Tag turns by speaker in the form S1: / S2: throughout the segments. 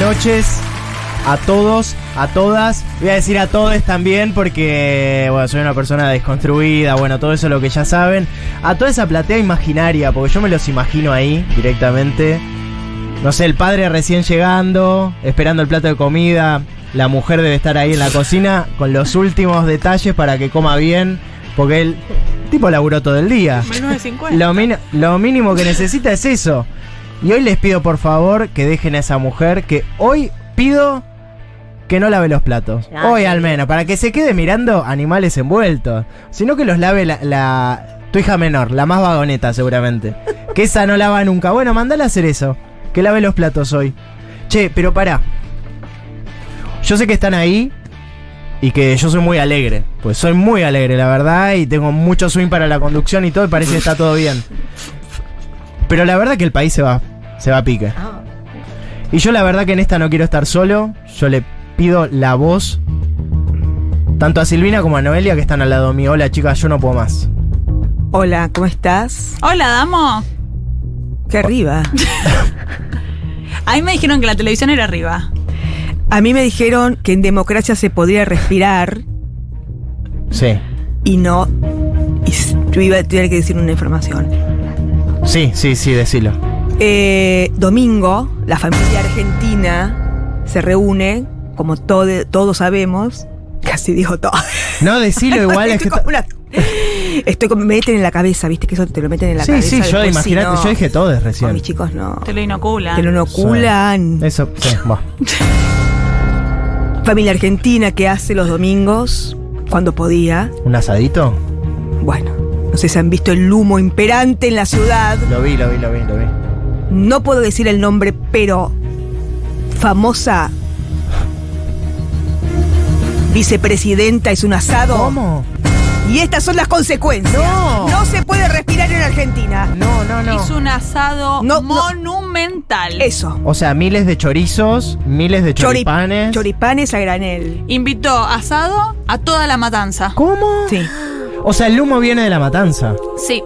S1: noches a todos, a todas. Voy a decir a todos también porque, bueno, soy una persona desconstruida, bueno, todo eso es lo que ya saben. A toda esa platea imaginaria, porque yo me los imagino ahí directamente. No sé, el padre recién llegando, esperando el plato de comida. La mujer debe estar ahí en la cocina con los últimos detalles para que coma bien, porque el tipo laburó todo el día. Lo, lo mínimo que necesita es eso. Y hoy les pido por favor que dejen a esa mujer que hoy pido que no lave los platos. Ay. Hoy al menos, para que se quede mirando animales envueltos. Sino que los lave la, la tu hija menor, la más vagoneta seguramente. que esa no lava nunca. Bueno, mandala a hacer eso. Que lave los platos hoy. Che, pero pará. Yo sé que están ahí y que yo soy muy alegre. Pues soy muy alegre, la verdad. Y tengo mucho swing para la conducción y todo. Y parece que está todo bien. Pero la verdad que el país se va se va a pique.
S2: Ah.
S1: Y yo la verdad que en esta no quiero estar solo. Yo le pido la voz. Tanto a Silvina como a Noelia que están al lado mío. Hola chicas, yo no puedo más.
S2: Hola, ¿cómo estás?
S3: Hola, Damo.
S2: Qué arriba.
S3: a mí me dijeron que la televisión era arriba.
S2: A mí me dijeron que en democracia se podría respirar.
S1: Sí.
S2: Y no. Y yo iba a tener que decir una información.
S1: Sí, sí, sí, decilo.
S2: Eh, domingo, la familia argentina se reúne, como todo, todos sabemos. Casi dijo todo.
S1: No, decilo igual.
S2: estoy,
S1: es que
S2: una, estoy como, me meten en la cabeza, viste que eso te lo meten en la
S1: sí,
S2: cabeza.
S1: Sí, sí, yo imagínate,
S2: si no,
S1: yo dije todo recién.
S2: No, mis chicos no.
S3: Te lo inoculan.
S2: Te lo inoculan.
S1: Sí. Eso, sí, va.
S2: Familia argentina que hace los domingos, cuando podía.
S1: ¿Un asadito?
S2: Bueno, no sé si han visto el humo imperante en la ciudad.
S1: Lo vi, lo vi, lo vi, lo vi.
S2: No puedo decir el nombre, pero famosa vicepresidenta es un asado.
S1: ¿Cómo?
S2: Y estas son las consecuencias.
S1: No.
S2: No se puede respirar en Argentina.
S1: No, no, no.
S3: Es un asado
S2: No, no.
S3: monumental.
S2: Eso.
S1: O sea, miles de chorizos, miles de
S2: Chori-
S1: choripanes.
S2: Choripanes a granel.
S3: Invitó asado a toda la matanza.
S1: ¿Cómo?
S2: Sí.
S1: O sea, el humo viene de la matanza.
S3: Sí.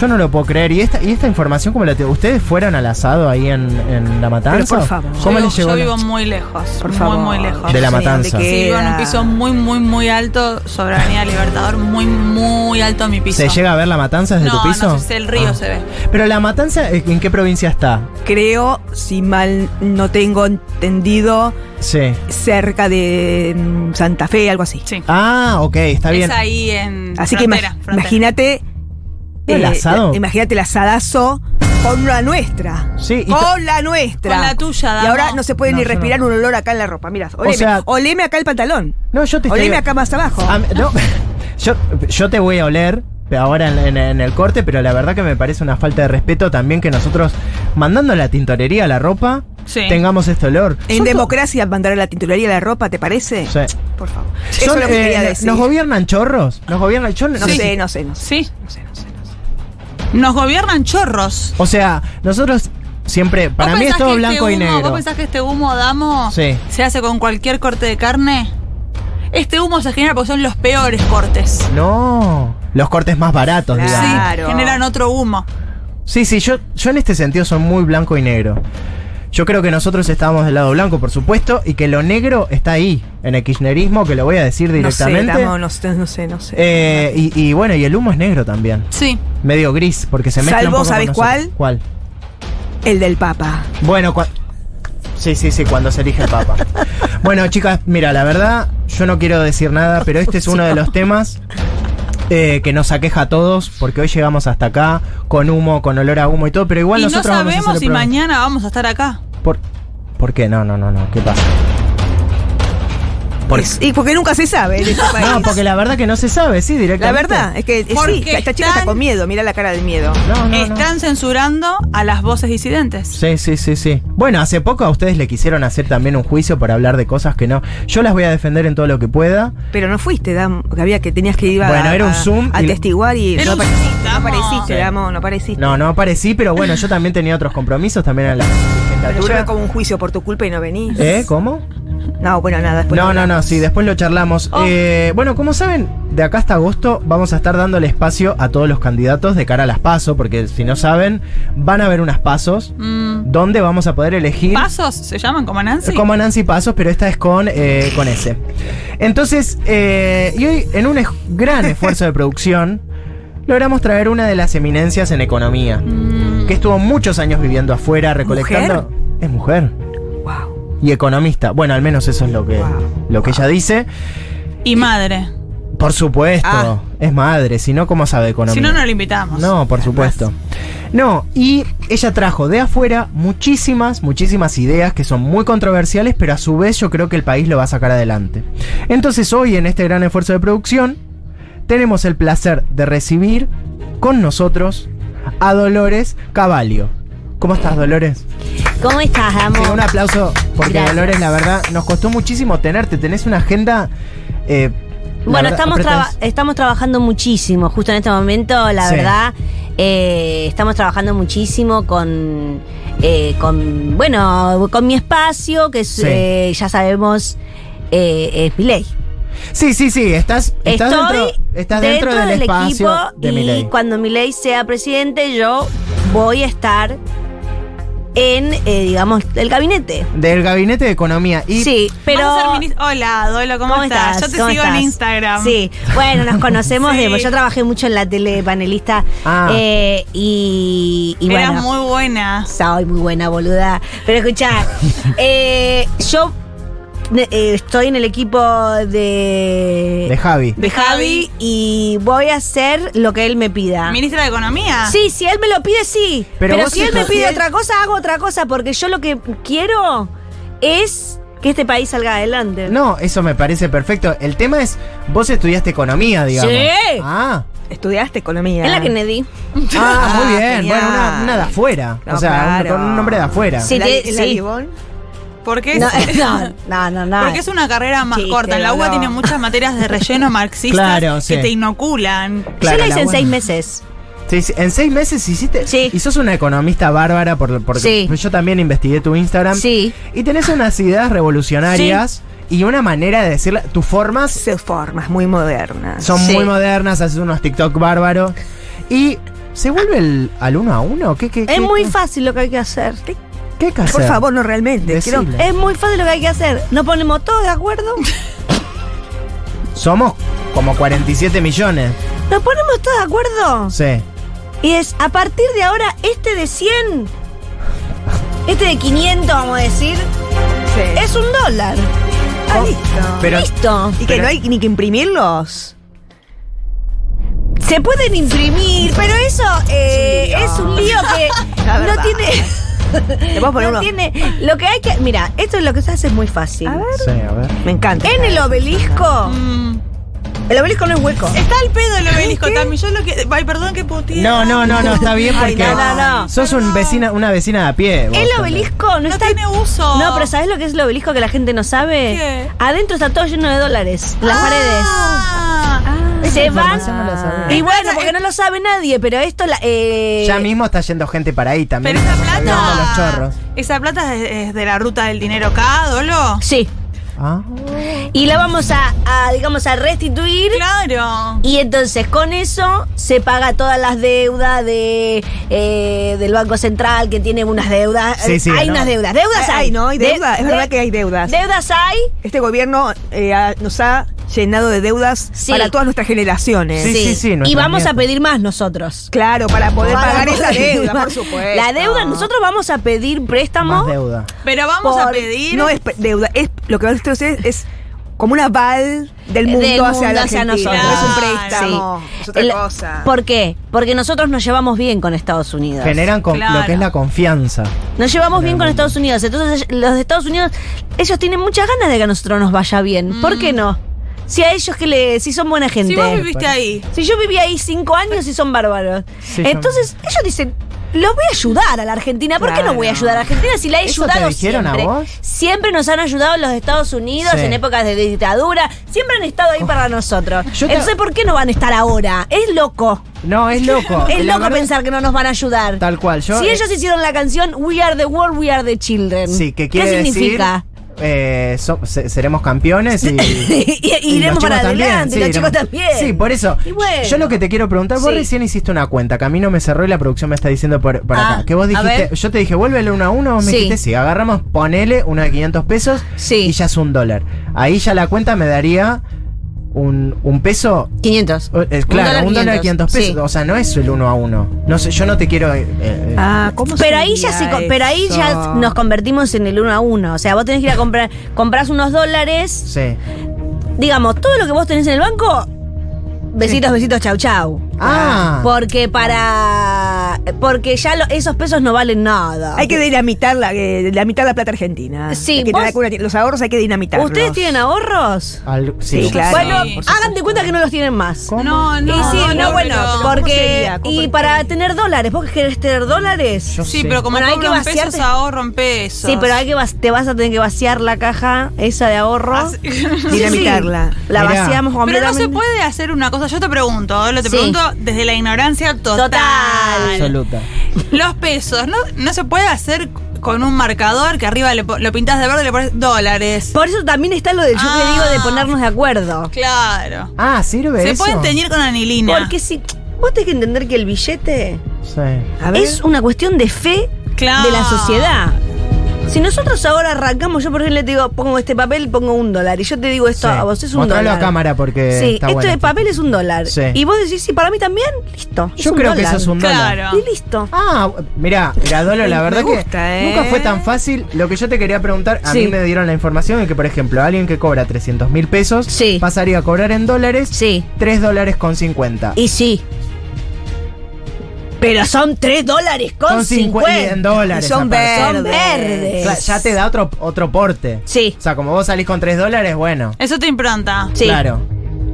S1: Yo no lo puedo creer. ¿Y esta, y esta información cómo la te... ¿Ustedes fueron al asado ahí en, en la matanza?
S2: Pero por favor.
S1: ¿Cómo
S3: yo,
S1: les
S3: vivo-
S1: llegó?
S3: yo
S1: la-
S3: vivo muy lejos.
S2: Por
S3: muy,
S2: favor.
S3: muy lejos.
S1: De la
S2: Sí, ¿dónde
S1: matanza.
S3: Sí, vivo en un
S2: queda?
S3: piso muy, muy, muy alto sobre Avenida Libertador. Muy, muy alto mi piso.
S1: ¿Se llega a ver la matanza desde
S3: no,
S1: tu piso?
S3: No, sé, el río
S1: Ah.
S3: se ve.
S1: Pero la matanza, eh, ¿en qué provincia está?
S2: Creo, si mal no tengo entendido,
S1: Sí.
S2: cerca de mm, Santa Fe, algo así.
S3: Sí.
S1: Ah, ok, está bien.
S3: Es ahí en. frontera,
S2: Así que ima-
S3: frontera.
S2: imagínate.
S1: ¿El asado?
S2: la- Imagínate el asadazo con la nuestra.
S1: Sí, y ta-
S2: Con la nuestra.
S3: Con la tuya,
S2: Y
S3: Damo.
S2: ahora no se puede
S1: No,
S2: ni
S1: yo no.
S2: respirar un olor acá en la ropa. Mirá, oleme,
S1: sea-
S2: oleme acá el pantalón.
S1: No, yo te estoy-
S2: Oleme acá más abajo.
S1: Ah, no, yo, yo te voy a oler ahora en, en- en el corte, pero la verdad que me parece una falta de respeto también que nosotros, mandando la tintorería a la ropa,
S3: Sí.
S1: tengamos este olor.
S2: en
S1: Son
S2: democracia mandar a la tintorería la ropa, ¿te parece?
S1: to- Sí.
S2: Por favor. Eso
S1: Son,
S2: es lo que
S1: eh,
S2: quería decir.
S1: ¿Nos gobiernan chorros? ¿Nos gobiernan chorros?
S2: no, sé, no sé, no sé,
S3: Sí.
S2: no sé, no sé, no sé.
S3: Nos gobiernan chorros.
S1: O sea, nosotros siempre, para
S3: ¿Vos
S1: mí es
S3: pensás
S1: todo
S3: que
S1: blanco
S3: este
S1: y
S3: humo-
S1: negro.
S3: ¿Vos pensás que este humo, Damo,
S1: Sí.
S3: se hace con cualquier corte de carne? Este humo se genera porque son los peores cortes.
S1: No, los cortes más baratos,
S2: Claro.
S1: digamos.
S3: Sí, generan otro humo.
S1: Sí, sí, yo, yo en este sentido soy muy blanco y negro. Yo creo que nosotros estábamos del lado blanco, por supuesto, y que lo negro está ahí, en el kirchnerismo, que lo voy a decir
S2: No sé,
S1: directamente.
S2: Damo, no sé, no sé, no sé.
S1: Eh, y, y bueno, y el humo es negro también.
S3: Sí.
S1: Medio gris, porque se mezcla. un
S2: Salvo,
S1: poco con
S2: ¿sabes
S1: nosotros.
S2: cuál?
S1: ¿Cuál?
S2: El del Papa.
S1: Bueno, cua- Sí, sí, sí, cuando se elige el Papa. bueno, chicas, mira, la verdad, yo no quiero decir nada, pero este es uno de los temas eh, que nos aqueja a todos, porque hoy llegamos hasta acá, con humo, con olor a humo y todo, pero igual
S3: y no
S1: nosotros vamos a hacer
S3: sabemos
S1: el
S3: si
S1: programa.
S3: mañana vamos a estar acá.
S1: ¿Por, ¿Por qué? No, no, no, no. ¿Qué pasa? Por-
S2: Es- y porque nunca se sabe en este país.
S1: No, porque la verdad que no se sabe, sí,
S2: La
S1: directamente.
S2: verdad, es que eh,
S3: Porque
S2: sí, esta chica está
S3: están-
S2: con miedo, mira la cara de miedo.
S1: No, no, no.
S3: Están censurando a las voces disidentes.
S1: Sí, sí, sí, sí. Bueno, hace poco a ustedes le quisieron hacer también un juicio por hablar de cosas que no. Yo las voy a defender en todo lo que pueda.
S2: Pero no fuiste, Dam, que había que tenías que ir a,
S1: Bueno, era un
S2: a-
S1: Zoom
S2: a
S1: y-
S2: testiguar y
S3: Era
S2: no,
S3: un
S2: apare-
S3: Zoom,
S2: no
S3: Damo.
S2: apareciste,
S1: Sí.
S2: Damo, no apareciste.
S1: No, no aparecí, pero bueno, yo también tenía otros compromisos también en la
S2: Pero yo veo
S1: legislatura.
S2: como un juicio por tu culpa y no venís.
S1: ¿Eh? ¿Cómo?
S2: No, bueno, nada, después.
S1: No, no,
S2: hablamos.
S1: no, sí, después lo charlamos.
S3: Oh.
S1: Eh, bueno, como saben, de acá hasta agosto vamos a estar dándole espacio a todos los candidatos de cara a las PASO, porque si no saben, van a haber unas PASOs
S3: Mm,
S1: donde vamos a poder elegir...
S3: ¿Pasos se llaman como Nancy?
S1: Como Nancy Pasos, pero esta es con, eh, con S. Entonces, eh, y hoy, en un es- gran esfuerzo de producción, logramos traer una de las eminencias en economía,
S3: Mm,
S1: que estuvo muchos años viviendo afuera, recolectando. Es mujer
S2: Wow.
S1: y economista. Bueno, al menos eso es lo que,
S2: Wow.
S1: lo que ella dice.
S3: Y madre.
S1: Por supuesto,
S2: Ah.
S1: es madre, si no, ¿cómo sabe economía?
S3: Si no, no la invitamos.
S1: No, por
S3: Jamás.
S1: supuesto. No, y ella trajo de afuera muchísimas, muchísimas ideas que son muy controversiales, pero a su vez yo creo que el país lo va a sacar adelante. Entonces hoy en este gran esfuerzo de producción tenemos el placer de recibir con nosotros a Dolores Cavalio. ¿Cómo estás, Dolores?
S4: ¿Cómo estás,
S1: Sí,
S4: amor?
S1: un aplauso, porque
S4: Gracias.
S1: Dolores, la verdad, nos costó muchísimo tenerte. Tenés una agenda... eh, la
S4: Bueno,
S1: verdad,
S4: estamos, traba-
S1: apretadís-
S4: estamos trabajando muchísimo, justo en este momento, la
S1: Sí.
S4: verdad, eh, estamos trabajando muchísimo con, eh, con, bueno, con mi espacio, que es,
S1: Sí.
S4: eh, ya sabemos, eh, es mi ley.
S1: Sí, sí, sí, estás, estás,
S4: Estoy
S1: dentro, estás dentro, del, espacio de
S4: y
S1: Milei.
S4: cuando mi ley sea presidente, yo voy a estar en, eh, digamos, el gabinete.
S1: Del gabinete de economía. Y
S4: sí, pero...
S3: Vas a ser minis- Hola, Dolo, ¿cómo, estás? Yo te
S4: ¿Cómo
S3: sigo en
S4: estás?
S3: Instagram.
S4: Sí, bueno, nos conocemos
S3: Sí.
S4: de. Yo trabajé mucho en la tele panelista.
S1: Ah.
S4: eh, y, y
S3: Eras
S4: bueno.
S3: muy buena.
S4: Soy muy buena, boluda. Pero escuchá, eh, yo eh, estoy en el equipo de.
S1: de Javi.
S4: de Javi y voy a hacer lo que él me pida.
S3: ¿Ministra de Economía?
S4: Ah. Sí, si él me lo pide, sí.
S1: Pero
S4: Pero,
S1: vos
S4: si él me
S1: estás-
S4: pide otra cosa, hago otra cosa, porque yo lo que quiero es que este país salga adelante.
S1: No, eso me parece perfecto. El tema es, vos estudiaste economía, digamos.
S4: Sí.
S1: Ah,
S2: Estudiaste economía.
S4: Es la Kennedy.
S1: ah, muy
S2: Ah,
S1: bien.
S2: genial.
S1: Bueno, una, una de afuera.
S2: No,
S1: o sea, un-
S2: claro.
S1: con un nombre de afuera.
S4: Sí,
S2: ¿La-
S4: te-
S2: la
S4: sí.
S2: Libón?
S3: ¿Por qué?
S4: No,
S3: es-
S4: no, no, no.
S3: Porque es una carrera más
S4: Chiste,
S3: corta. En la UBA
S2: no.
S3: tiene muchas materias de relleno marxistas
S1: Claro, sí.
S3: que te inoculan.
S1: Claro,
S4: Yo la hice en
S1: buena.
S4: seis meses.
S1: Sí, sí, En seis meses hiciste.
S4: Sí.
S1: Y sos una economista bárbara, por, porque
S4: Sí.
S1: yo también investigué tu
S2: Ah.
S1: Instagram.
S4: Sí.
S1: Y tenés unas ideas revolucionarias y una manera de decirla. Tus formas
S2: Se formas muy modernas.
S1: Son
S4: Sí.
S1: muy modernas, haces unos TikTok bárbaros. Y se vuelve el, al uno a uno. ¿Qué, qué,
S4: Es
S1: qué-
S4: muy
S1: qué-
S4: fácil lo que hay que hacer.
S1: ¿Qué hay que
S2: Por
S1: hacer?
S2: favor, no realmente.
S1: Decilo.
S2: Quiero-
S4: Es muy fácil lo que hay que hacer. Nos ponemos todos de acuerdo.
S1: Somos como 47 millones.
S4: Nos ponemos todos de acuerdo.
S1: Sí.
S4: Y es a partir de ahora, este de 100, este de 500, vamos a decir,
S2: Sí.
S4: es un dólar.
S2: Ah, listo.
S1: Pero
S4: Listo.
S2: y que
S1: pero-
S2: no hay ni que imprimirlos.
S4: Se pueden imprimir, pero eso eh,
S2: Es
S4: es
S2: un
S4: un
S2: lío.
S4: lío que
S2: La
S4: no
S2: verdad.
S4: tiene.
S2: Le puedo poner uno.
S4: no tiene. Lo que hay que. Mira, esto es lo que se hace es muy fácil.
S2: A ver.
S1: Sí, a ver.
S2: Me encanta.
S4: En el obelisco.
S3: Mm.
S4: El obelisco no es hueco.
S3: Está el pedo el obelisco, Tami. Yo lo que. Ay, perdón que puteé.
S1: No, no, no, no, está bien
S4: Ay,
S1: porque
S4: no, no, no.
S1: sos un vecina, una vecina de a pie. vos
S4: El
S1: también.
S4: obelisco no,
S3: No
S4: está.
S3: tiene uso.
S4: No, pero ¿sabes lo que es el obelisco que la gente no sabe?
S3: ¿Qué?
S4: Adentro está todo lleno de dólares.
S2: Ah.
S4: Las
S3: Ah.
S4: paredes. Se van.
S1: información no la sabía.
S4: Y bueno, porque no lo sabe nadie, pero esto. La, eh,
S1: Ya mismo está yendo gente para ahí también.
S3: Pero esa
S1: Hablando
S3: plata.
S1: los chorros.
S3: Esa plata es, es de la ruta del dinero acá, Dolo.
S4: Sí.
S1: Ah.
S4: Y la vamos a, a, digamos, a restituir.
S3: Claro.
S4: Y entonces con eso se paga todas las deudas de eh, del Banco Central que tiene unas deudas.
S1: Sí, sí,
S4: hay
S1: ¿no?
S4: unas deudas. Deudas hay.
S2: Ay, no, hay
S4: De-
S2: deuda. es
S4: de-
S2: verdad que hay deudas.
S4: Deudas hay.
S2: este gobierno eh, ha- nos ha llenado de deudas
S4: Sí.
S2: para todas nuestras generaciones.
S1: Sí, sí, sí,
S4: y
S1: nuestra
S4: vamos
S1: nieta.
S4: a pedir más nosotros.
S2: Claro, para poder
S4: Para
S2: pagar esa
S4: poder-
S2: deuda, por supuesto.
S4: La deuda, nosotros vamos a pedir préstamo.
S1: Más deuda.
S3: Pero vamos a
S4: Por-
S3: pedir.
S2: No es pe- deuda, es lo que van a hacer ustedes es como una val del mundo,
S4: del
S2: hacia
S4: mundo
S2: la
S4: hacia
S2: Argentina.
S4: nosotros.
S2: No es un
S3: Claro.
S2: préstamo, es otra
S4: El-
S2: cosa.
S4: ¿Por qué? Porque nosotros nos llevamos bien con Estados Unidos.
S1: Generan con- lo
S3: Claro.
S1: que es la confianza.
S4: Nos llevamos bien con
S1: Generalmente.
S4: Estados Unidos. Entonces, los de Estados Unidos, ellos tienen muchas ganas de que a nosotros nos vaya bien.
S2: Mm.
S4: ¿Por qué no? Si a ellos que le, si son buena gente.
S3: Si vos viviste ahí.
S4: Si yo viví ahí cinco años y son bárbaros.
S1: Sí, yo-
S4: Entonces, ellos dicen, los voy a ayudar a la Argentina. ¿Por qué no
S2: Claro.
S4: voy a ayudar a la Argentina si la he
S1: ¿Eso te
S4: ayudado
S1: dijeron a
S4: siempre?
S1: vos?
S4: Siempre nos han ayudado los Estados Unidos
S1: Sí.
S4: en épocas de dictadura. Siempre han estado ahí para nosotros.
S1: Yo te-
S4: Entonces, ¿por qué no van a estar ahora? Es loco.
S1: No, es loco.
S4: Es
S1: La
S4: loco
S1: verdad-
S4: pensar que no nos van a ayudar.
S1: Tal cual. Yo,
S4: si
S1: eh,
S4: ellos hicieron la canción We Are the World, We Are the Children.
S1: Sí, que
S4: Em, ¿Qué
S1: quiere decir,
S4: significa?
S1: eh, so- se- seremos campeones y.
S4: Y-
S1: y los
S4: iremos para
S1: chicos también,
S4: adelante,
S1: sí,
S4: los chicos
S1: iremos-
S4: también.
S1: Sí, por eso.
S4: Y bueno.
S1: Yo lo que te quiero preguntar, vos
S4: Sí.
S1: recién hiciste una cuenta, que a mí no me cerró y la producción me está diciendo por, por
S4: Ah,
S1: acá. Que vos
S4: a
S1: dijiste,
S4: ver.
S1: yo te dije, vuélvele uno a uno, vos me
S4: Sí.
S1: dijiste, sí, agarramos, ponele uno de 500 pesos
S4: Sí.
S1: y ya es un dólar. Ahí ya la cuenta me daría un, un peso.
S4: 500.
S1: o- eh, claro, un dólar de 500 pesos.
S4: sí.
S1: O sea, no es el uno a uno. No sé, yo no te quiero. eh, eh,
S2: Ah, ¿cómo
S4: Pero ahí, ya se
S2: sería
S4: co- pero ahí
S2: eso?
S4: ya nos convertimos en el uno a uno. O sea, vos tenés que ir a comprar, compras unos dólares,
S1: sí.
S4: digamos, todo lo que vos tenés en el banco, besitos, besitos, chau, chau.
S1: Ah.
S4: Porque para. Porque ya lo- esos pesos no valen nada.
S2: Hay que dinamitar la, eh, dinamitar la plata argentina.
S4: Sí,
S2: Hay que
S4: vos-
S2: tener alguna- los ahorros hay que dinamitarlos.
S4: ¿Ustedes tienen ahorros?
S1: Al-
S2: Sí, claro.
S4: Bueno,
S3: Sí.
S4: hagan de cuenta que no los tienen más.
S1: ¿Cómo?
S3: No, no.
S4: y sí,
S3: no,
S4: no, bueno,
S3: pero-
S2: ¿cómo
S4: porque.
S2: sería? ¿Cómo
S4: Y
S2: sería?
S4: para tener dólares, ¿vos querés tener dólares?
S1: Yo
S3: Sí,
S1: sé.
S3: pero como
S4: Bueno, hay
S3: no
S4: que
S3: cobran
S4: vaciarte-
S3: pesos, ahorro en pesos.
S4: Sí, pero hay que vas- te vas a tener que vaciar la caja esa de ahorro.
S3: Así-
S2: Dinamitarla.
S4: La
S1: Mirá.
S4: vaciamos
S3: Pero no
S4: completamente.
S3: se puede hacer una cosa. Yo te pregunto, ahora te
S4: Sí.
S3: pregunto desde la ignorancia total.
S4: Total.
S1: Absoluta.
S3: Los pesos, ¿no, no se puede hacer con un marcador que arriba le po- lo pintas de verde y le pones dólares.
S4: Por eso también está lo de yo
S3: Ah.
S4: que digo de ponernos de acuerdo.
S3: Claro.
S1: Ah, sirve
S3: Se
S1: eso?
S3: pueden teñir con anilina.
S4: Porque si vos tenés que entender que el billete
S1: Sí.
S2: A ver.
S4: es una cuestión de fe
S3: Claro.
S4: de la sociedad. Si nosotros ahora arrancamos, yo por ejemplo te digo, pongo este papel, pongo un dólar. Y yo te digo esto
S1: Sí.
S4: a vos, es un
S1: Mostralo
S4: dólar.
S1: a cámara porque
S4: Sí,
S1: está
S4: este
S1: bueno.
S4: papel es un dólar.
S1: Sí.
S4: Y vos decís, sí, para mí también, listo. es
S1: Yo
S4: un
S1: creo que
S4: dólar.
S1: eso es un dólar.
S3: Claro.
S4: Y listo.
S1: Ah, mirá, mirá, Dolo, la
S2: Me
S1: verdad
S2: gusta,
S1: que
S2: ¿eh?
S1: nunca fue tan fácil. Lo que yo te quería preguntar, a
S4: Sí.
S1: mí me dieron la información de que, por ejemplo, alguien que cobra 300 mil pesos
S4: Sí.
S1: pasaría a cobrar en dólares
S4: Sí.
S1: 3 dólares con 50.
S4: Y sí. Pero son 3 dólares con,
S1: Con cincu-
S4: 50.
S1: y en dólares,
S4: Y son
S1: aparte.
S4: verdes. Son
S1: Cla-
S4: verdes.
S1: ya te da otro, otro porte.
S4: Sí.
S1: O sea, como vos salís con 3 dólares, bueno.
S3: Eso te impronta.
S4: Sí. Eh,
S1: Claro.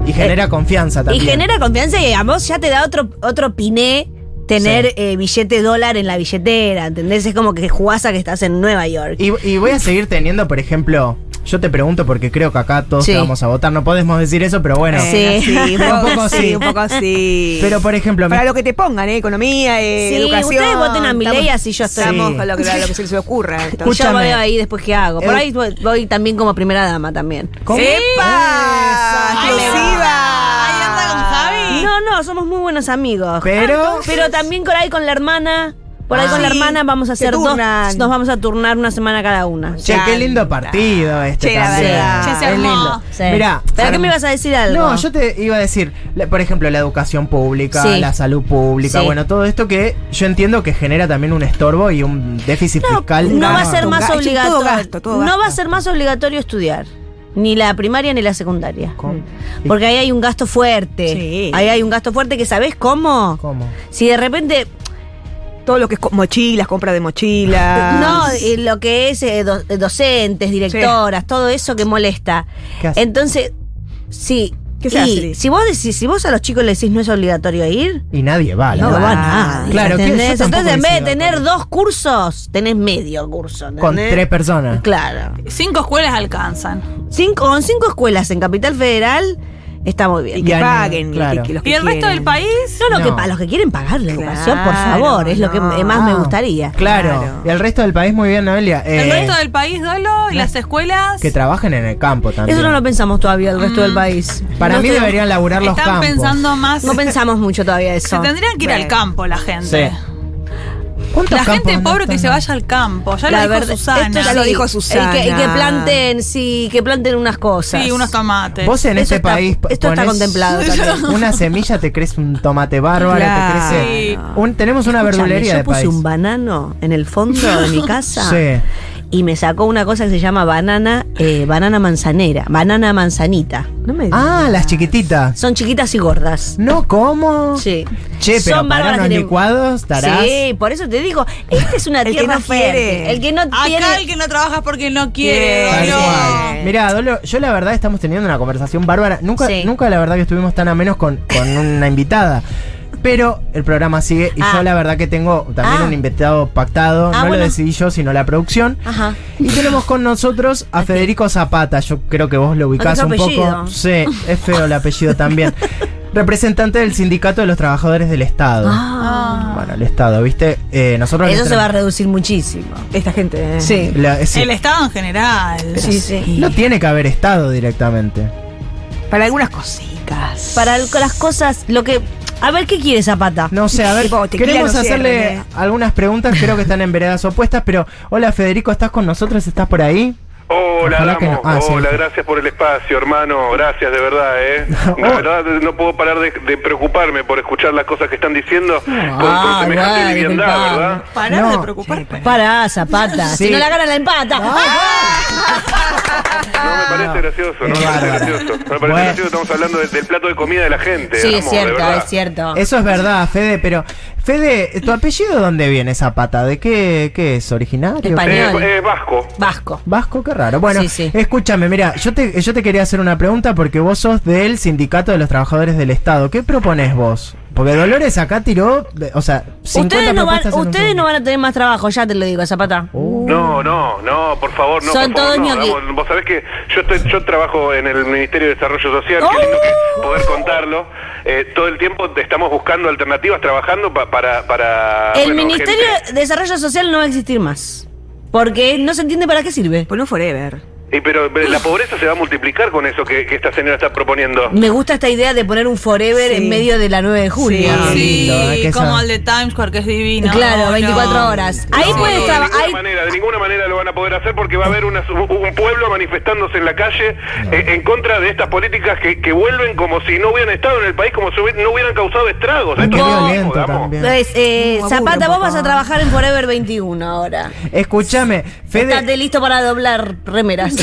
S1: Y genera confianza
S4: Y
S1: también.
S4: genera confianza y a vos ya te da otro, otro piné tener
S1: Sí.
S4: eh, billete dólar en la billetera, ¿entendés? Es como que jugás a que estás en Nueva York.
S1: Y, y voy a seguir teniendo, por ejemplo, yo te pregunto porque creo que acá todos
S4: Sí.
S1: te vamos a votar, no podemos decir eso, pero bueno.
S4: Sí.
S2: Bueno, sí, un poco sí,
S1: sí.
S2: un poco sí.
S1: Pero por ejemplo, mi-
S2: para lo que te pongan, ¿eh? economía, eh,
S4: Sí,
S2: educación.
S4: ustedes voten a Milei,
S2: Estamos-
S4: así yo estoy.
S2: Estamos
S1: Sí.
S2: con lo que, lo que se les ocurra.
S4: Y
S2: entonces.
S4: yo voy
S1: escúchame.
S4: ahí después qué hago. Por
S1: Eh.
S4: ahí voy, voy también como primera dama también.
S1: ¿cómo?
S2: ¡Epa!
S1: Esa.
S3: Ahí le va.
S2: ¡Exclusiva!
S3: Ahí anda con Javi.
S4: No, no, somos muy buenos amigos. Ah,
S1: Pero
S4: Pero también por ahí con la hermana, por ahí
S1: Ah.
S4: con la
S1: Sí,
S4: hermana vamos a
S2: se
S4: hacer dos,
S2: turnan.
S4: nos vamos a turnar una semana cada una.
S1: Che, qué lindo
S4: Ah.
S1: partido este
S2: Che, la
S1: también.
S2: verdad.
S3: Che, se
S1: Es
S3: armó.
S1: lindo.
S4: Sí.
S1: Mirá,
S4: ¿Pero qué
S1: arm-
S4: me ibas a decir algo?
S1: No, yo te iba a decir, la- por ejemplo, la educación pública,
S4: Sí.
S1: la salud pública,
S4: Sí.
S1: bueno, todo esto que yo entiendo que genera también un estorbo y un déficit
S4: No,
S1: fiscal.
S4: no va a
S1: enorme.
S4: ser más
S2: gasto, todo
S4: obligatorio.
S2: gasto, todo
S4: No
S2: gasto.
S4: va a ser más obligatorio estudiar. Ni la primaria ni la secundaria.
S1: ¿Cómo?
S4: Mm. Porque ahí hay un gasto fuerte.
S2: Sí.
S4: Ahí hay un gasto fuerte que sabés cómo.
S1: ¿Cómo?
S4: Si de repente.
S2: Todo lo que es co- mochilas, compra de mochilas.
S4: No, eh, lo que es eh, do- eh, docentes, directoras, todo eso que molesta.
S1: ¿Qué hace?
S4: Entonces, sí.
S2: ¿Qué se
S4: y
S2: hace, Liz?
S4: si vos decís, si vos a los chicos le decís no es obligatorio ir,
S1: Y nadie va, la
S4: no
S1: verdad.
S4: va nadie.
S1: Claro, que yo
S4: ¿entendés?
S1: tampoco
S4: Entonces, en vez de
S1: decido,
S4: tener
S1: pero-
S4: dos cursos, tenés medio curso.
S1: Con
S4: ¿entendés?
S1: tres personas.
S4: Claro.
S3: Cinco escuelas alcanzan.
S4: Cinco, con cinco escuelas en Capital Federal está muy bien.
S2: Y que
S1: Bien,
S2: paguen.
S1: claro.
S2: que- que los que
S3: ¿Y el resto
S2: quieren.
S3: del país?
S4: No, no,
S1: No.
S4: que para los que quieren pagar la educación, por
S2: Claro,
S4: favor, es lo que
S2: no.
S4: eh, más me
S1: Ah,
S4: gustaría.
S1: Claro.
S2: Claro.
S1: Y el resto del país, muy bien, Noelia.
S3: El
S1: Eh,
S3: resto del país, Dolo, y las escuelas.
S1: Que trabajen en el campo también.
S4: Eso no lo pensamos todavía el resto del país.
S1: Para
S4: No
S1: mí
S4: te-
S1: deberían laburar los
S3: Están
S1: campos.
S3: pensando más.
S4: No pensamos mucho todavía
S3: se
S4: eso.
S3: tendrían que ir al campo la gente.
S1: Sí. ¿Cuántos
S3: La
S1: campos
S3: gente
S1: no
S3: pobre que
S1: están?
S3: se vaya al campo. Ya
S4: La
S3: lo dijo
S4: verdad-
S3: Susana.
S4: esto
S2: Ya lo
S4: sí,
S2: dijo
S4: y que-
S2: Susana.
S4: Y que, planten, sí, que planten unas cosas.
S3: Sí, unos tomates.
S1: Vos en
S4: Eso
S1: este
S4: está-
S1: país.
S4: esto está
S1: ponés
S4: contemplado también.
S1: Una semilla te crece un tomate bárbaro,
S2: Claro.
S1: te crece.
S3: Sí.
S1: un- tenemos una
S4: Escúchame,
S1: verdulería
S4: yo
S1: de
S4: puse
S1: país.
S4: un banano en el fondo de mi casa.
S1: Sí.
S4: y me sacó una cosa que se llama banana, eh, banana manzanera, banana manzanita.
S2: No me digas.
S1: Ah, las chiquititas.
S4: Son chiquitas y gordas.
S1: No, ¿cómo?
S4: Sí.
S1: Che, pero
S4: Son
S1: para
S4: bárbaras,
S1: los
S4: tienen-
S1: licuados, tarás.
S4: Sí, por eso te digo, esta es una
S2: El que
S4: tierra
S2: no quiere.
S4: fértil. El que no tiene.
S3: Acá el que no trabaja es porque no quiere,
S1: Tal
S3: Dolo.
S1: cual. Mirá, Dolo, yo la verdad estamos teniendo una conversación bárbara. Nunca,
S4: Sí.
S1: nunca la verdad que estuvimos tan a menos con, con una invitada. Pero el programa sigue y
S4: Ah.
S1: yo la verdad que tengo también
S4: Ah.
S1: un invitado pactado.
S4: Ah,
S1: no
S4: bueno.
S1: lo decidí yo, sino la producción.
S4: Ajá.
S1: Y tenemos con nosotros a Federico Zapata. Yo creo que vos lo ubicás
S4: qué
S1: un poco.
S4: apellido.
S1: Sí, es feo el apellido también. Representante del Sindicato de los Trabajadores del Estado.
S4: Ah.
S1: Bueno, el Estado, ¿viste? Eh, nosotros
S4: Eso
S1: le
S4: se va a
S1: tra-
S4: reducir muchísimo.
S2: Esta gente. eh.
S4: Sí.
S1: la- sí.
S3: El Estado en general.
S4: Sí, sí.
S1: No tiene que haber Estado directamente.
S2: Para algunas cositas.
S4: Para el- las cosas, lo que. A ver, ¿qué quiere Zapata?
S1: No sé, a ver,
S2: Tipo, te
S1: queremos
S2: quiero,
S1: hacerle
S2: cierren, eh.
S1: algunas preguntas, creo que están en veredas opuestas, pero hola Federico, ¿estás con nosotros? ¿Estás por ahí?
S5: Hola,
S1: Ojalá que
S5: Damo.
S1: no. Ah, sí.
S5: Hola, gracias por el espacio, hermano. Gracias, de verdad, ¿eh?
S1: No.
S5: La verdad, no puedo parar de, de preocuparme por escuchar las cosas que están diciendo con, con
S4: Ah,
S5: semejante
S4: bueno,
S5: liviandad,
S4: disculpame.
S5: ¿verdad?
S3: Parar
S1: No.
S3: de preocuparte.
S4: Para Zapata.
S1: Sí.
S4: Si no la gana, la empata. Ah.
S5: No
S1: Ah.
S5: me parece gracioso, no
S1: Qué
S5: me parece
S1: bárbara.
S5: gracioso. No me parece
S1: Bueno.
S5: gracioso, estamos hablando de- del plato de comida de la gente.
S4: Sí,
S5: Damo,
S4: es
S5: de
S4: cierto,
S5: verdad.
S4: es cierto.
S1: Eso es verdad, Fede, pero Fede, ¿tu apellido dónde viene esa pata? ¿De qué, qué es? ¿Originario?
S4: Español.
S5: Eh, eh, vasco.
S4: Vasco.
S1: Vasco, qué raro. Bueno,
S4: Sí, sí.
S1: escúchame, mira, yo te, eh, yo te quería hacer una pregunta porque vos sos del Sindicato de los Trabajadores del Estado. ¿Qué propones vos? Porque Dolores acá tiró, eh, o sea, 50
S4: Ustedes, no van,
S1: propuestas en un
S4: ustedes no
S1: segundo.
S4: van a tener más trabajo, ya te lo digo, Zapata.
S1: Uh.
S5: No, no, no, por favor, no.
S4: Mm. Son
S5: por favor,
S4: todos
S5: no.
S4: ñoqui.
S5: Vamos, Vos sabés que yo, estoy- yo trabajo en el Ministerio de Desarrollo Social,
S4: ¡Oh!
S5: qué lindo que poder contarlo. Eh, todo el tiempo te estamos buscando alternativas, trabajando pa- para...
S1: ah,
S5: para
S4: el
S5: bueno,
S4: Ministerio
S5: gente.
S4: de Desarrollo Social no va a existir más. Porque no se entiende para qué sirve.
S2: Por un Pues forever.
S5: Y pero pero la pobreza se va a multiplicar con eso que, que esta señora está proponiendo.
S4: Me gusta esta idea de poner un forever
S2: Sí.
S4: en medio de la 9 de julio.
S1: Qué
S3: Sí,
S1: lindo, ¿eh? Que
S3: como
S1: esa-
S3: el de Times Square, que es divino.
S4: Claro,
S3: No,
S4: 24
S3: no.
S4: horas. Ahí
S5: No,
S4: puedes
S5: no, de
S4: trabajar.
S5: ninguna manera, de ninguna manera lo van a poder hacer porque va a haber una- un un pueblo manifestándose en la calle eh, en contra de estas políticas que, que vuelven como si no hubieran estado en el país, como si hubi- no hubieran causado estragos.
S1: Ay,
S5: Esto
S1: Qué
S5: no lo
S1: violento
S5: podamos.
S1: también.
S2: Uh, aburre
S4: eh, Zapata,
S2: un
S4: vos
S2: poco.
S4: vas a trabajar en Forever 21 ahora.
S1: Escúchame, Fede.
S4: Estate listo para doblar remeras.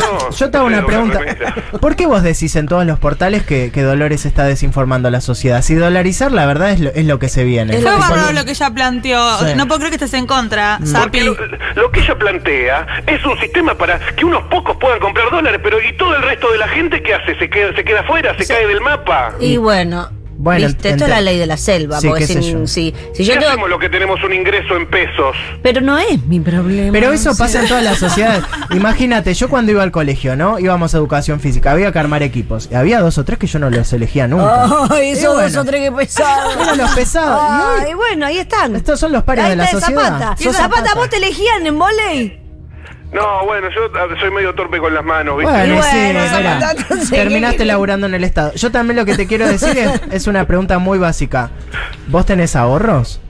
S5: No,
S1: Yo te hago
S5: no
S1: una
S5: sé,
S1: pregunta.
S5: remera.
S1: ¿Por qué vos decís en todos los portales que, que Dolores está desinformando a la sociedad? Si dolarizar, la verdad, es lo, es lo que se viene.
S2: Es
S3: Fue
S2: lo que
S3: bárbaro
S2: se-
S3: lo que ella planteó.
S1: Sí.
S3: No puedo creer que estés en contra,
S5: Porque
S3: Sapi.
S5: lo, lo que ella plantea es un sistema para que unos pocos puedan comprar dólares, pero ¿y todo el resto de la gente qué hace? ¿Se queda, se queda afuera? ¿Se cae del mapa?
S4: y bueno.
S1: Bueno,
S4: viste, esto es
S1: ente-
S4: la ley de la selva.
S1: Sí,
S4: porque
S1: qué sé
S4: si,
S1: yo.
S4: si- si
S5: ¿Qué
S4: yo tengo-
S5: hacemos lo que tenemos un ingreso en pesos?
S4: Pero no es mi problema.
S1: Pero eso pasa en todas las sociedades. Imagínate, yo cuando iba al colegio, ¿no? Íbamos a educación física, había que armar equipos. Y había dos o tres que yo no los elegía nunca.
S4: Ay,
S1: Y
S4: esos
S1: bueno.
S4: dos o tres que pesados.
S1: Eran los pesados. Y hoy-
S4: Ay, bueno, ahí están.
S1: Estos son los pares
S4: Ahí
S1: de la
S4: está el
S1: sociedad.
S4: Zapata.
S1: Sos
S4: Zapata,
S1: Zapata.
S4: vos te elegían en volei.
S5: No, bueno, yo ah, soy medio torpe con las manos, ¿viste?
S1: Bueno,
S4: Y
S1: sí,
S4: bueno,
S1: mirá,
S4: Zapata, entonces, ¿qué
S1: terminaste
S4: querés?
S1: laburando en el Estado. Yo también lo que te quiero decir es, es una pregunta muy básica. ¿Vos tenés ahorros?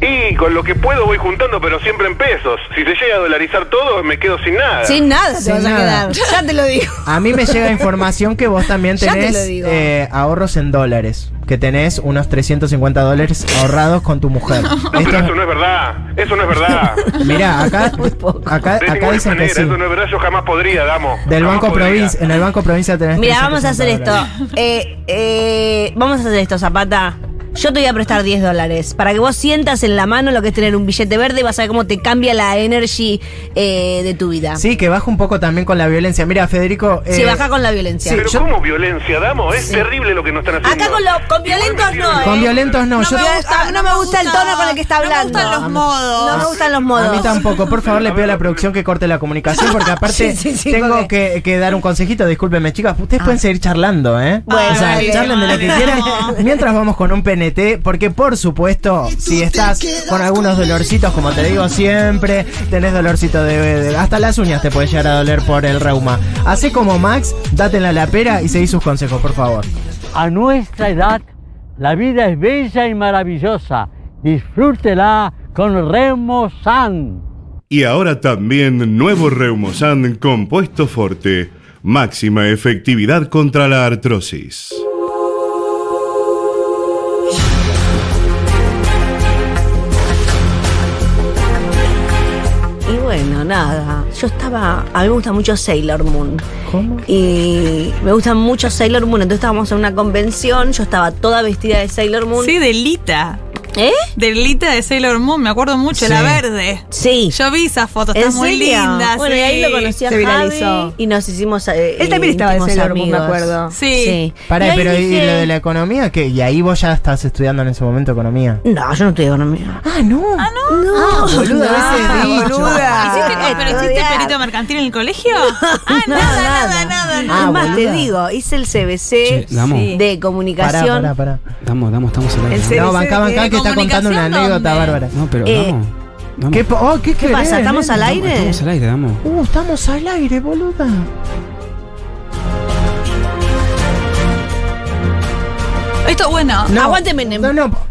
S5: Y con lo que puedo voy juntando, pero siempre en pesos. Si se llega a dolarizar todo, me quedo sin nada.
S4: Sin nada te
S1: Sin
S4: vas
S1: nada.
S4: a quedar. Ya te lo digo.
S1: A mí me llega información que vos también
S4: Ya te
S1: tenés
S4: lo digo.
S1: eh, ahorros en dólares. Que tenés unos 350 dólares ahorrados con tu mujer.
S5: No,
S1: Esto-
S5: pero eso no es verdad. Eso no es verdad.
S1: Mirá, acá, acá,
S5: De
S1: acá
S5: ninguna
S1: dicen
S5: manera,
S1: que sí.
S5: eso no es verdad. Yo jamás podría, damos.
S1: Del Banco Provincia, en el Banco Provincia tenés
S4: Mira, vamos a hacer
S1: 350
S4: esto.
S1: dólares.
S4: Eh, eh, vamos a hacer esto, Zapata. Yo te voy a prestar 10 dólares para que vos sientas en la mano lo que es tener un billete verde y vas a ver cómo te cambia la energy eh, de tu vida.
S1: Sí, que baja un poco también con la violencia. Mira, Federico.
S4: Si
S1: eh,
S4: baja con la violencia.
S1: sí.
S5: Pero
S1: yo-
S5: ¿cómo violencia, damos? Es terrible lo que nos están haciendo.
S4: Acá con lo- con violentos no, ¿eh?
S1: Con violentos no. yo,
S3: me
S4: Ah, no me gusta el tono con el que está hablando.
S3: No me gustan los modos.
S4: No me gustan los
S1: A mí
S4: modos.
S1: tampoco. Por favor, le pido a la producción que corte la comunicación porque aparte
S4: Sí, sí, sí,
S1: tengo
S4: porque- Ah.
S1: que, que dar un consejito. Discúlpenme, chicas. Ustedes pueden seguir charlando, ¿eh?
S3: Bueno,
S1: o sea,
S3: dale,
S1: charlen de lo que
S3: dale,
S1: quieran.
S3: no.
S1: Mientras vamos con un PNT, porque por supuesto, si estás con algunos dolorcitos, como te digo siempre, tenés dolorcito de, de- Hasta las uñas te puede llegar a doler por el reuma. Así como Max, date la lapera y seguí sus consejos, por favor.
S6: A nuestra edad, la vida es bella y maravillosa. Disfrútela con Remo San.
S7: Y ahora también nuevo Reumosan compuesto forte, máxima efectividad contra la artrosis.
S4: Y bueno, nada. Yo estaba. A mí me gusta mucho Sailor Moon.
S1: ¿Cómo?
S4: Y me gusta mucho Sailor Moon. Entonces estábamos en una convención. Yo estaba toda vestida de Sailor Moon.
S3: Sí, de Lita.
S4: ¿Eh?
S3: De Lita de Sailor Moon, me acuerdo mucho,
S1: Sí.
S3: la verde.
S4: Sí.
S3: Yo vi esa foto,
S4: ¿En
S3: está muy
S4: serio?
S3: linda.
S4: Bueno,
S3: sí.
S4: y ahí lo conocí a
S2: Se viralizó.
S4: Javi y nos hicimos. eh,
S2: Él también estaba de
S4: íntimos
S2: Sailor Moon, me
S4: amigos.
S2: acuerdo.
S3: Sí.
S4: Y
S1: Pará,
S4: ahí
S1: pero ¿y
S4: dije-
S1: lo de la economía? ¿Qué? ¿Y ahí vos ya estás estudiando en ese momento economía?
S4: No, yo no estoy economía.
S1: Ah, no. Ah, no. Ah, boluda,
S4: No,
S1: ese dicho.
S3: ¿Hiciste,
S4: boluda.
S3: pero hiciste
S4: Estudiar.
S3: perito mercantil en el colegio? ah,
S4: Ah, No,
S3: nada, nada,
S4: nada.
S3: nada,
S1: Ah,
S4: es más,
S1: boluda.
S4: te digo, hice el CBC
S8: Che, Damo,
S4: de
S1: Pará,
S4: comunicación.
S1: pará, pará.
S8: Damo, Damo, estamos hablando.
S2: El
S8: Damo.
S2: CBC
S1: No, bancá,
S2: de
S1: bancá que está contando una
S3: comunicación,
S1: anécdota
S3: ¿dónde?
S1: bárbara.
S8: No, pero
S4: Eh,
S8: Damo, Damo.
S1: ¿Qué, po- oh, ¿qué,
S4: ¿Qué pasa? ¿Estamos al
S8: Damo,
S4: aire?
S8: Estamos al aire, Damo.
S1: Uh, estamos al aire, boluda.
S3: Esto, bueno,
S1: No,
S4: Aguante, Menem.
S1: No, no,